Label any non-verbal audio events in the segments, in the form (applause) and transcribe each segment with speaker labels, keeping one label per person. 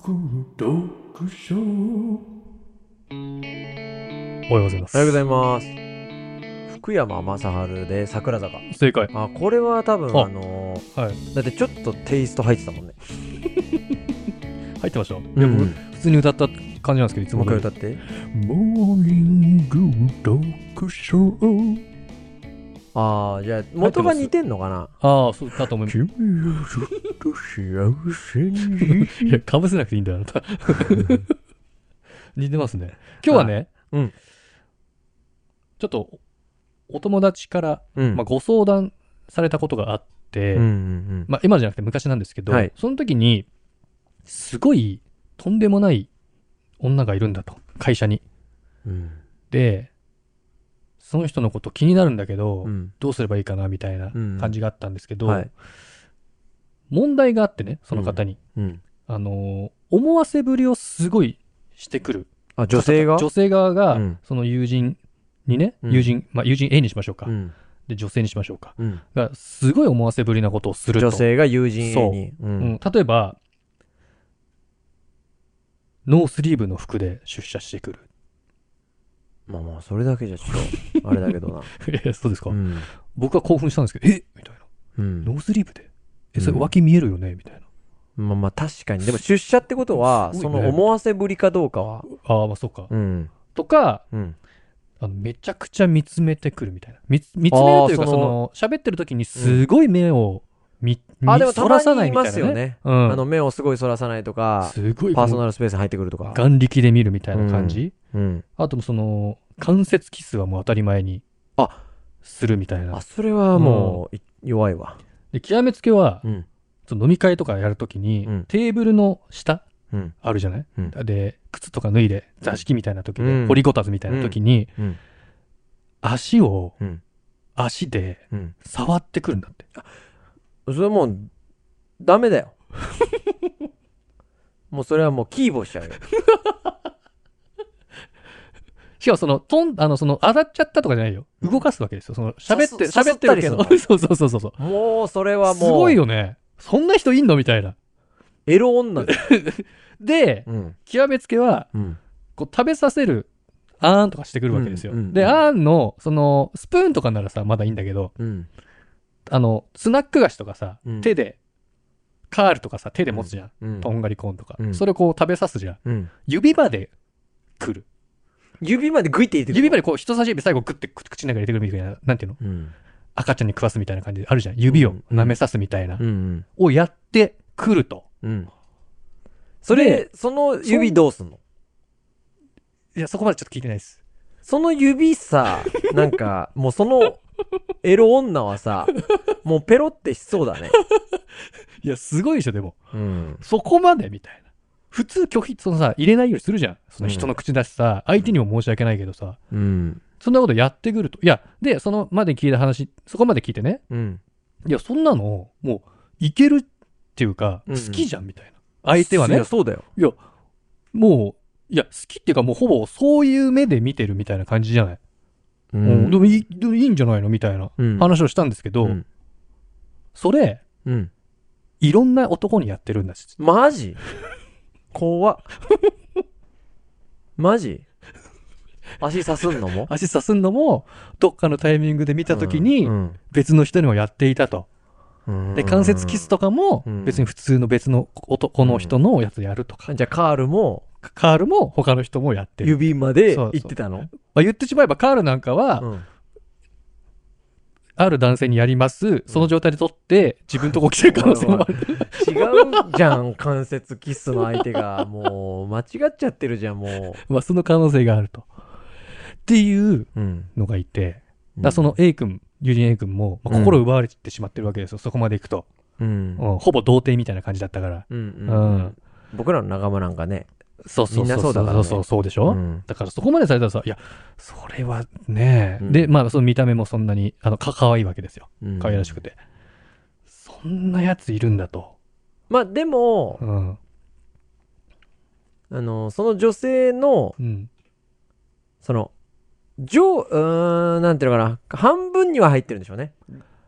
Speaker 1: 読書
Speaker 2: おはようございま
Speaker 1: お
Speaker 2: す。
Speaker 1: はようございます福山雅治で桜坂
Speaker 2: 正解。
Speaker 1: あこれは多分
Speaker 2: あ
Speaker 1: あのー
Speaker 2: はい。
Speaker 1: だってちょっとテイスト入ってたもんね
Speaker 2: 入ってました。いや、僕、普通に歌った感じなんですけど、いつ
Speaker 1: もう
Speaker 2: も通り
Speaker 1: 一回歌って
Speaker 3: モーニング読書
Speaker 1: ああじゃあ元が似てんのかな
Speaker 2: ああ、そうだと思います。
Speaker 3: 君をずっと幸せに
Speaker 2: (laughs) いや、かぶせなくていいんだよ、あなた。似てますね。今日はね、
Speaker 1: あうん
Speaker 2: ちょっと、お友達から、
Speaker 1: うん
Speaker 2: まあ、ご相談されたことがあって、
Speaker 1: うんうん
Speaker 2: まあ、今じゃなくて昔なんですけど、
Speaker 1: はい
Speaker 2: その時に、すごい、とんでもない女がいるんだと、会社に。
Speaker 1: うん
Speaker 2: で、その人のこと気になるんだけど、
Speaker 1: うん
Speaker 2: どうすればいいかなみたいな
Speaker 1: うん
Speaker 2: 感じがあったんですけど、
Speaker 1: はい
Speaker 2: 問題があってね、その方に。
Speaker 1: うん
Speaker 2: あのー、思わせぶりをすごいしてくる。
Speaker 1: あ女性が
Speaker 2: 女性側が、
Speaker 1: うん
Speaker 2: その友人にね、
Speaker 1: うん
Speaker 2: 友人、まあ友人 A にしましょうか、
Speaker 1: うん
Speaker 2: で、女性にしましょうか。
Speaker 1: うん
Speaker 2: が、すごい思わせぶりなことをすると。
Speaker 1: 女性が友人 A に
Speaker 2: う
Speaker 1: う
Speaker 2: んん、例えば、ノースリーブの服で出社してくる。 (laughs)
Speaker 1: まあまあそれだけじゃちょっとあれだけどな
Speaker 2: え、 (laughs) そうですか、
Speaker 1: うん
Speaker 2: 僕は興奮したんですけど、えみたいな。
Speaker 1: うん
Speaker 2: ノースリーブでえ、それ
Speaker 1: うん
Speaker 2: 脇見えるよねみたいな。
Speaker 1: まあまあ確かにでも出社ってことは
Speaker 2: す
Speaker 1: そ
Speaker 2: ごいね
Speaker 1: の思わせぶりかどうかは
Speaker 2: ああ、まあそうか。
Speaker 1: うん
Speaker 2: とか、
Speaker 1: うん
Speaker 2: あのめちゃくちゃ見つめてくるみたいな。見つ見つめるという
Speaker 1: あ
Speaker 2: か、
Speaker 1: ー
Speaker 2: そ
Speaker 1: そ
Speaker 2: の、喋ってる時にすごい目を見、見
Speaker 1: あでもた
Speaker 2: そ
Speaker 1: ま
Speaker 2: ら
Speaker 1: に
Speaker 2: さない
Speaker 1: い
Speaker 2: みたいな、
Speaker 1: ま
Speaker 2: ね。
Speaker 1: すよね。
Speaker 2: うん。
Speaker 1: あの目をすごいそらさないとか、
Speaker 2: すごい
Speaker 1: パーソ
Speaker 2: こ
Speaker 1: ナルスペースに入ってくるとか
Speaker 2: う、。眼力で見るみたいな感じ。
Speaker 1: うん。
Speaker 2: あともその、関節キスはもう当たり前に、
Speaker 1: あ
Speaker 2: するみたいな
Speaker 1: あ、。それはもうい弱いわ。
Speaker 2: で、極めつけは、
Speaker 1: うん。
Speaker 2: その飲み会とかやるときに、
Speaker 1: うん
Speaker 2: テーブルの下
Speaker 1: うん。
Speaker 2: あるじゃない、
Speaker 1: うん
Speaker 2: で、靴とか脱いで、座敷みたいな時で、
Speaker 1: うん
Speaker 2: 掘りごたつみたいな時に、
Speaker 1: うん
Speaker 2: 足を、
Speaker 1: うん
Speaker 2: 足で
Speaker 1: うん。
Speaker 2: 触ってくるんだって。
Speaker 1: それはもう、ダメ
Speaker 2: (laughs)
Speaker 1: だよ。もうそれはもうキーボしちゃうよ。
Speaker 2: しかもその、とん、あの、その、当たっちゃったとかじゃないよ。動かすわけですよ。その、喋って、
Speaker 1: さす
Speaker 2: 喋ってるけど。
Speaker 1: さすった
Speaker 2: (laughs)
Speaker 1: り
Speaker 2: そうそうそうそうそう。
Speaker 1: もうそれはもう、
Speaker 2: すごい。よね。そんな人いんのみたいな。
Speaker 1: エロ女だよ。
Speaker 2: で、
Speaker 1: うん。
Speaker 2: 極めつけは、
Speaker 1: うん。
Speaker 2: こう、食べさせる、あーんとかしてくるわけですよ。
Speaker 1: うんうん
Speaker 2: で、あーんの、その、スプーンとかならさ、まだいいんだけど、
Speaker 1: うん。
Speaker 2: あの、スナック菓子とかさ、
Speaker 1: うん
Speaker 2: 手で、カールとかさ、手で持つじゃん。
Speaker 1: うん
Speaker 2: とんがりコーンとか。
Speaker 1: うん
Speaker 2: それをこう食べさすじゃん。
Speaker 1: うん。
Speaker 2: 指まで来る。
Speaker 1: 指までグイって入れてくる。
Speaker 2: 指までこう人差し指最後グッて口の中に入れてくるみたいな、なんていうの
Speaker 1: うん。
Speaker 2: 赤ちゃんに食わすみたいな感じであるじゃん。指を舐めさすみたいな。
Speaker 1: うん。
Speaker 2: をやってくると。
Speaker 1: うん。うん。それ、その指どうすんの
Speaker 2: いや、そこまでちょっと聞いてないです。
Speaker 1: その指 (laughs) さ、なんか、もうその、エロ女はさ、もうペロってしそうだね。
Speaker 2: いや、すごいでしょ、でも。
Speaker 1: うん。
Speaker 2: そこまでみたいな。普通拒否、そのさ、入れないようにするじゃん。その人の口出しさ、相手にも申し訳ないけどさ、
Speaker 1: うん。
Speaker 2: そんなことやってくると。いや、で、そのまで聞いた話、そこまで聞いてね。
Speaker 1: うん。
Speaker 2: いや、そんなの、もう、いけるっていうか、
Speaker 1: うん
Speaker 2: 好
Speaker 1: うん
Speaker 2: きじゃん、みたいな。相手はいね
Speaker 1: や、、そうだよ。
Speaker 2: いや、もう、いや、好きっていうか、もうほぼそういう目で見てるみたいな感じじゃない。
Speaker 1: う
Speaker 2: うん、。でもいいでもいいんじゃないのみたいな
Speaker 1: うん
Speaker 2: 話をしたんですけど、
Speaker 1: うん
Speaker 2: それ、
Speaker 1: うん。
Speaker 2: いろんな男にやってるんだし。
Speaker 1: マジ怖 (laughs) っ。マジ足さすんのも
Speaker 2: 足さすんのも、どっかのタイミングで見たときに
Speaker 1: う、ん
Speaker 2: 別の人にもやっていたと。
Speaker 1: うん
Speaker 2: で、関節キスとかも
Speaker 1: うん、
Speaker 2: 別に普通の別の男の人のやつやるとか、
Speaker 1: じゃあ、カールも
Speaker 2: カールも他の人もやってる。
Speaker 1: 指まで
Speaker 2: そう
Speaker 1: 行
Speaker 2: そう
Speaker 1: ってたの
Speaker 2: まあ、言ってしまえば、カールなんかは、
Speaker 1: うん
Speaker 2: ある男性にやります、その状態で取って、自分とこ来てる可能性もあ (laughs) る。
Speaker 1: 違うじゃん、関節キスの相手が。もう、間違っちゃってるじゃん、も
Speaker 2: まあ、その可能性があると。っていう
Speaker 1: う。うん。
Speaker 2: のがいて、だからその A 君、友人 A 君も、まあ
Speaker 1: うん
Speaker 2: 心を奪われてしまってるわけですよ、そこまで行くと、
Speaker 1: うん。
Speaker 2: うんほぼ童貞みたいな感じだったから。
Speaker 1: うん
Speaker 2: う。
Speaker 1: うんん僕らの仲間なんかね。
Speaker 2: そう
Speaker 1: みんなそうだからね
Speaker 2: そうそうそうでしょ、
Speaker 1: うん
Speaker 2: だからそこまでされたらさ、いや、それはね、
Speaker 1: うん
Speaker 2: で、まあその見た目もそんなに、あの、か、可愛いわけですよ。
Speaker 1: うん
Speaker 2: 可愛らしくて。そんなやついるんだと。
Speaker 1: まあでも
Speaker 2: う、ん。
Speaker 1: あの、その女性の、
Speaker 2: うん。
Speaker 1: その、上、うーん、なんていうのかな、半分には入ってるんでしょうね。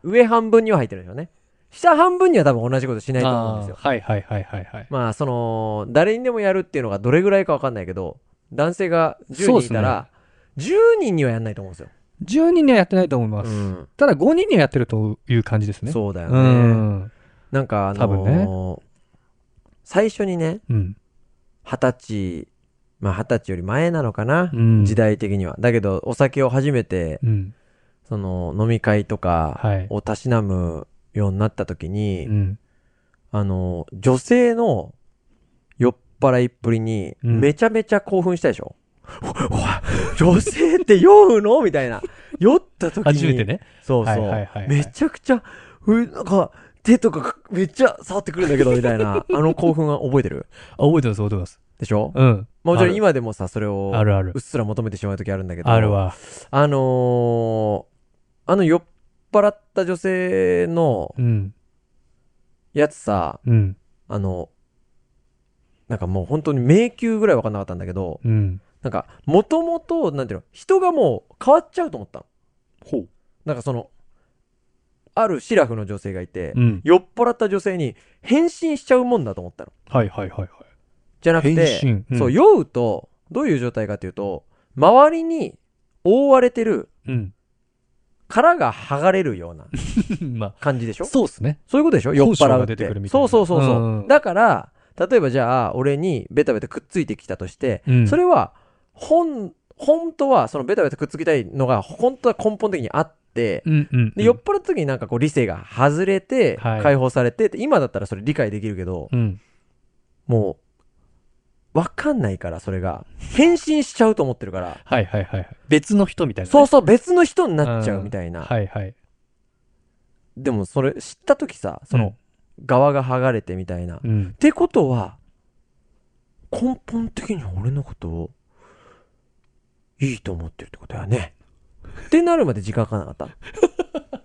Speaker 1: 上半分には入ってるんでしょうね。下半分には多分同じことしないと思
Speaker 2: あ
Speaker 1: うんです
Speaker 2: ー
Speaker 1: よ。
Speaker 2: はいはいはいはいはい。
Speaker 1: まあ、その、誰にでもやるっていうのがどれぐらいかわかんないけど、男性が10人いたら、10人にはやんないと思うんですよ。
Speaker 2: 10人にはやってないと思います。
Speaker 1: う
Speaker 2: ただ5人にはやってるという感じです
Speaker 1: ん。
Speaker 2: ね。
Speaker 1: そうだよ
Speaker 2: う
Speaker 1: ね。
Speaker 2: ん。
Speaker 1: なんか、あ
Speaker 2: 多分ね
Speaker 1: のー、最初にね、
Speaker 2: うん。
Speaker 1: 二十歳、まあ二十歳より前なのかな
Speaker 2: う。ん
Speaker 1: 時。代的には。だけど、お酒を初めて、
Speaker 2: うん。
Speaker 1: その、飲み会とか
Speaker 2: はい。
Speaker 1: をたしなむようになった時に、
Speaker 2: うん。
Speaker 1: あの、女性の酔っ払いっぷりに、
Speaker 2: うん
Speaker 1: めちゃめちゃ興奮したでしょ、おお女性って酔うのみたいな。酔った時に。
Speaker 2: 初めてね。
Speaker 1: そうそう。
Speaker 2: はいはいはいはい
Speaker 1: めちゃくちゃ、うなんか、手とかめっちゃ触ってくるんだけど、みたい
Speaker 2: (laughs)
Speaker 1: な。あの興奮は覚えてる
Speaker 2: あ、覚えてます、覚えてます。
Speaker 1: でしょ、
Speaker 2: うん。
Speaker 1: まあもちろん
Speaker 2: あ
Speaker 1: 今でもさ、それを
Speaker 2: る、あるある
Speaker 1: うっ。すら求めてしまう時あるんだけど。
Speaker 2: あるわ。
Speaker 1: あのーあの酔っ払った女性の
Speaker 2: うん。
Speaker 1: やつさ、
Speaker 2: うん。
Speaker 1: あの、なんかもう本当に迷宮ぐらい分かんなかったんだけど、
Speaker 2: うん。
Speaker 1: なんか、もともと、なんていうの、人がもう変わっちゃうと思ったの。
Speaker 2: ほう。
Speaker 1: なんかその、あるシラフの女性がいて、
Speaker 2: うん。
Speaker 1: 酔っ払った女性に変身しちゃうもんだと思ったの。
Speaker 2: はいはいはいはい。
Speaker 1: じゃなくて、
Speaker 2: 身
Speaker 1: そう、
Speaker 2: よ。
Speaker 1: 酔うと、どういう状態かというと、周りに覆われてる
Speaker 2: うん。
Speaker 1: 殻が剥がれるような
Speaker 2: (laughs) ま
Speaker 1: 感じでし
Speaker 2: あ、
Speaker 1: ょ
Speaker 2: (laughs) そうっすね。
Speaker 1: そういうことでしょ酔っ
Speaker 2: 本性
Speaker 1: 払う
Speaker 2: が
Speaker 1: っ
Speaker 2: 出
Speaker 1: て。
Speaker 2: てくるみたい
Speaker 1: そう
Speaker 2: な
Speaker 1: そうそうそう、
Speaker 2: うん
Speaker 1: だから、例えばじゃあ、俺にベタベタくっついてきたとして、
Speaker 2: うん
Speaker 1: それは、本、本当は、そのベタベタくっつきたいのが、本当は根本的にあって、
Speaker 2: うんうん。
Speaker 1: で酔っ払った時になんかこう理性が外れて、
Speaker 2: はい
Speaker 1: 解放されてって、今だったらそれ理解できるけど、
Speaker 2: うん。
Speaker 1: もう、わかんないから、それが。変身しちゃうと思ってるから、
Speaker 2: はいはいはいはい。別の人みたいなね。
Speaker 1: そうそう、別の人になっちゃうみたいな。
Speaker 2: はいはい。
Speaker 1: でもそれ知った時さ、その、側が剥がれてみたいな。
Speaker 2: うん。うん
Speaker 1: っ。てことは、根本的には俺のことを、いいと思ってるってことやね。ってなるまで時間かかんなかった。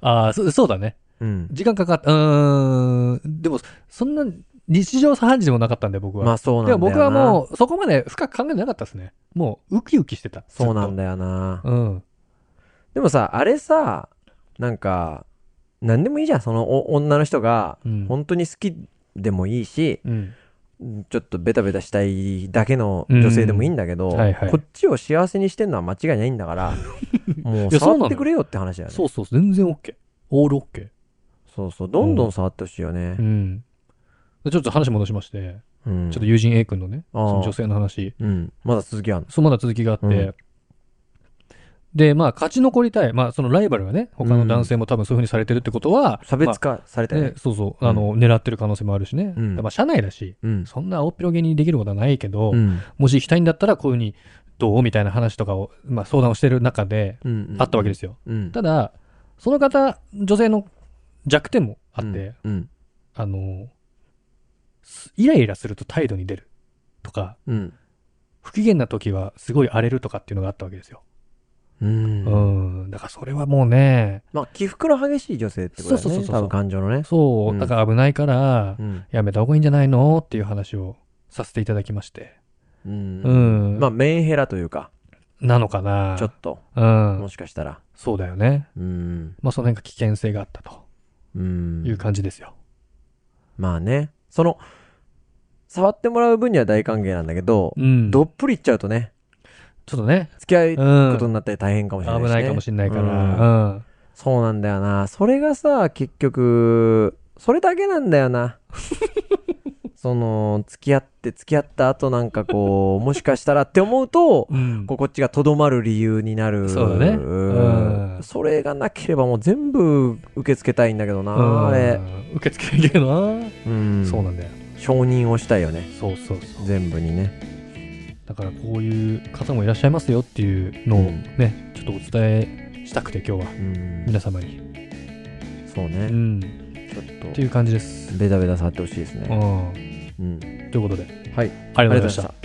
Speaker 2: ああ、そそうだね。
Speaker 1: うん。
Speaker 2: 時間かかった。うーん。でも、そんな日常茶飯事でもなかったんで、僕は。
Speaker 1: まあそうなんだ
Speaker 2: で
Speaker 1: よ
Speaker 2: も
Speaker 1: な。
Speaker 2: 僕はもう、そこまで深く考えてなかったですね。もう、ウキウキしてた。
Speaker 1: そうなん
Speaker 2: だ。
Speaker 1: だよな。
Speaker 2: うん。
Speaker 1: でもさ、あれさ、なんか、なんでもいいじゃん。そのお女の人が、
Speaker 2: うん。
Speaker 1: 本当に好きでもいいし、
Speaker 2: うん。
Speaker 1: ちょっとベタベタしたいだけの女性でもいいんだけど、
Speaker 2: うんはいはい
Speaker 1: こっちを幸せにしてんのは間違いないんだから、
Speaker 2: (laughs)
Speaker 1: もう
Speaker 2: やそうなの
Speaker 1: 触ってくれよって話だよね。
Speaker 2: そうそう、全然 OK。オール OK。
Speaker 1: そうそう、どんどん触ってほしいよね
Speaker 2: う。ん。でちょっと話戻しまして、
Speaker 1: うん
Speaker 2: ちょっと友人 A 君のね、
Speaker 1: あー
Speaker 2: その女性の話、
Speaker 1: うん。まだ続きあんの
Speaker 2: そうまだ続きがあって、
Speaker 1: うん
Speaker 2: で、まあ、勝ち残りたい。まあ、そのライバルがね、他の男性も多分そういうふうにされてるってことは、
Speaker 1: 差別化された
Speaker 2: まあ
Speaker 1: よ
Speaker 2: ね
Speaker 1: ね。
Speaker 2: そうそう、あの、狙ってる可能性もあるしね。
Speaker 1: う
Speaker 2: だ
Speaker 1: ん
Speaker 2: からまあ、社内だし、
Speaker 1: うん。
Speaker 2: そんな青っぴろげにできることはないけど、
Speaker 1: うん。
Speaker 2: もし行きたいんだったら、こういうふうに、どうみたいな話とかを、まあ、相談をしてる中で、
Speaker 1: うん。。
Speaker 2: あったわけですすよ。
Speaker 1: うん。
Speaker 2: ただ、その方、女性の弱点もあって、
Speaker 1: うん。
Speaker 2: あの、すイライラすると態度に出るとか、
Speaker 1: うん。
Speaker 2: 不機嫌な時はすごい荒れるとかっていうのがあったわけですよ。
Speaker 1: うん。
Speaker 2: う
Speaker 1: うん
Speaker 2: ん。だからそれはもうね、
Speaker 1: まあ、起伏の激しい女性ってことだ
Speaker 2: そうそう
Speaker 1: よね。
Speaker 2: そうそう
Speaker 1: 多分感情のね。
Speaker 2: そうう、
Speaker 1: ん
Speaker 2: だから危ないから
Speaker 1: う、ん。
Speaker 2: やめた方がいいんじゃないのっていう話をさせていただきまして。
Speaker 1: う。
Speaker 2: うんん。
Speaker 1: まあ、メンヘラというか、
Speaker 2: なのかな
Speaker 1: ちょっと、
Speaker 2: う
Speaker 1: も
Speaker 2: ん。
Speaker 1: しかしたら。
Speaker 2: そうだよね。
Speaker 1: うん。
Speaker 2: まあその辺が危険性があったと
Speaker 1: うん
Speaker 2: いう。感じですよ。
Speaker 1: まあね。その、触ってもらう分には大歓迎なんだけど、
Speaker 2: うん。
Speaker 1: ど
Speaker 2: ちょ
Speaker 1: っぷりいっちゃうとね、
Speaker 2: っとね、
Speaker 1: 付き合
Speaker 2: う
Speaker 1: い
Speaker 2: ん。
Speaker 1: ことになったり大変かもしれないし
Speaker 2: 危
Speaker 1: ね。
Speaker 2: ないかもしれないから。
Speaker 1: うん
Speaker 2: うん。
Speaker 1: そうなんだよな。それがさ、結局、それだけなんだ
Speaker 2: (laughs)
Speaker 1: よな。その、付き合って付き合った後なんかこう、もしかしたらって思うと、
Speaker 2: うん
Speaker 1: こうこっちがとどまる理由になる。
Speaker 2: そうだねうん
Speaker 1: それがなければもう全部受け付けたいんだけどな、あ
Speaker 2: う
Speaker 1: れ。
Speaker 2: ん受け付けないけどな。
Speaker 1: うん。
Speaker 2: そうなんだよ。
Speaker 1: 承認をしたいよね。
Speaker 2: そうそうそう。
Speaker 1: 全部にね。
Speaker 2: だからこういう方もいらっしゃいますよっていうのを
Speaker 1: うん
Speaker 2: ね、ちょっとお伝えしたくて今日は
Speaker 1: うん。
Speaker 2: 皆様に。
Speaker 1: そう
Speaker 2: う
Speaker 1: ね。
Speaker 2: ん。
Speaker 1: ちょっ
Speaker 2: って
Speaker 1: と、
Speaker 2: いう感じです。
Speaker 1: ベタベタ触ってほしいです
Speaker 2: う
Speaker 1: ね。
Speaker 2: ん。
Speaker 1: うん。
Speaker 2: ということで、
Speaker 1: はい。
Speaker 2: ありがとうございました。
Speaker 1: た。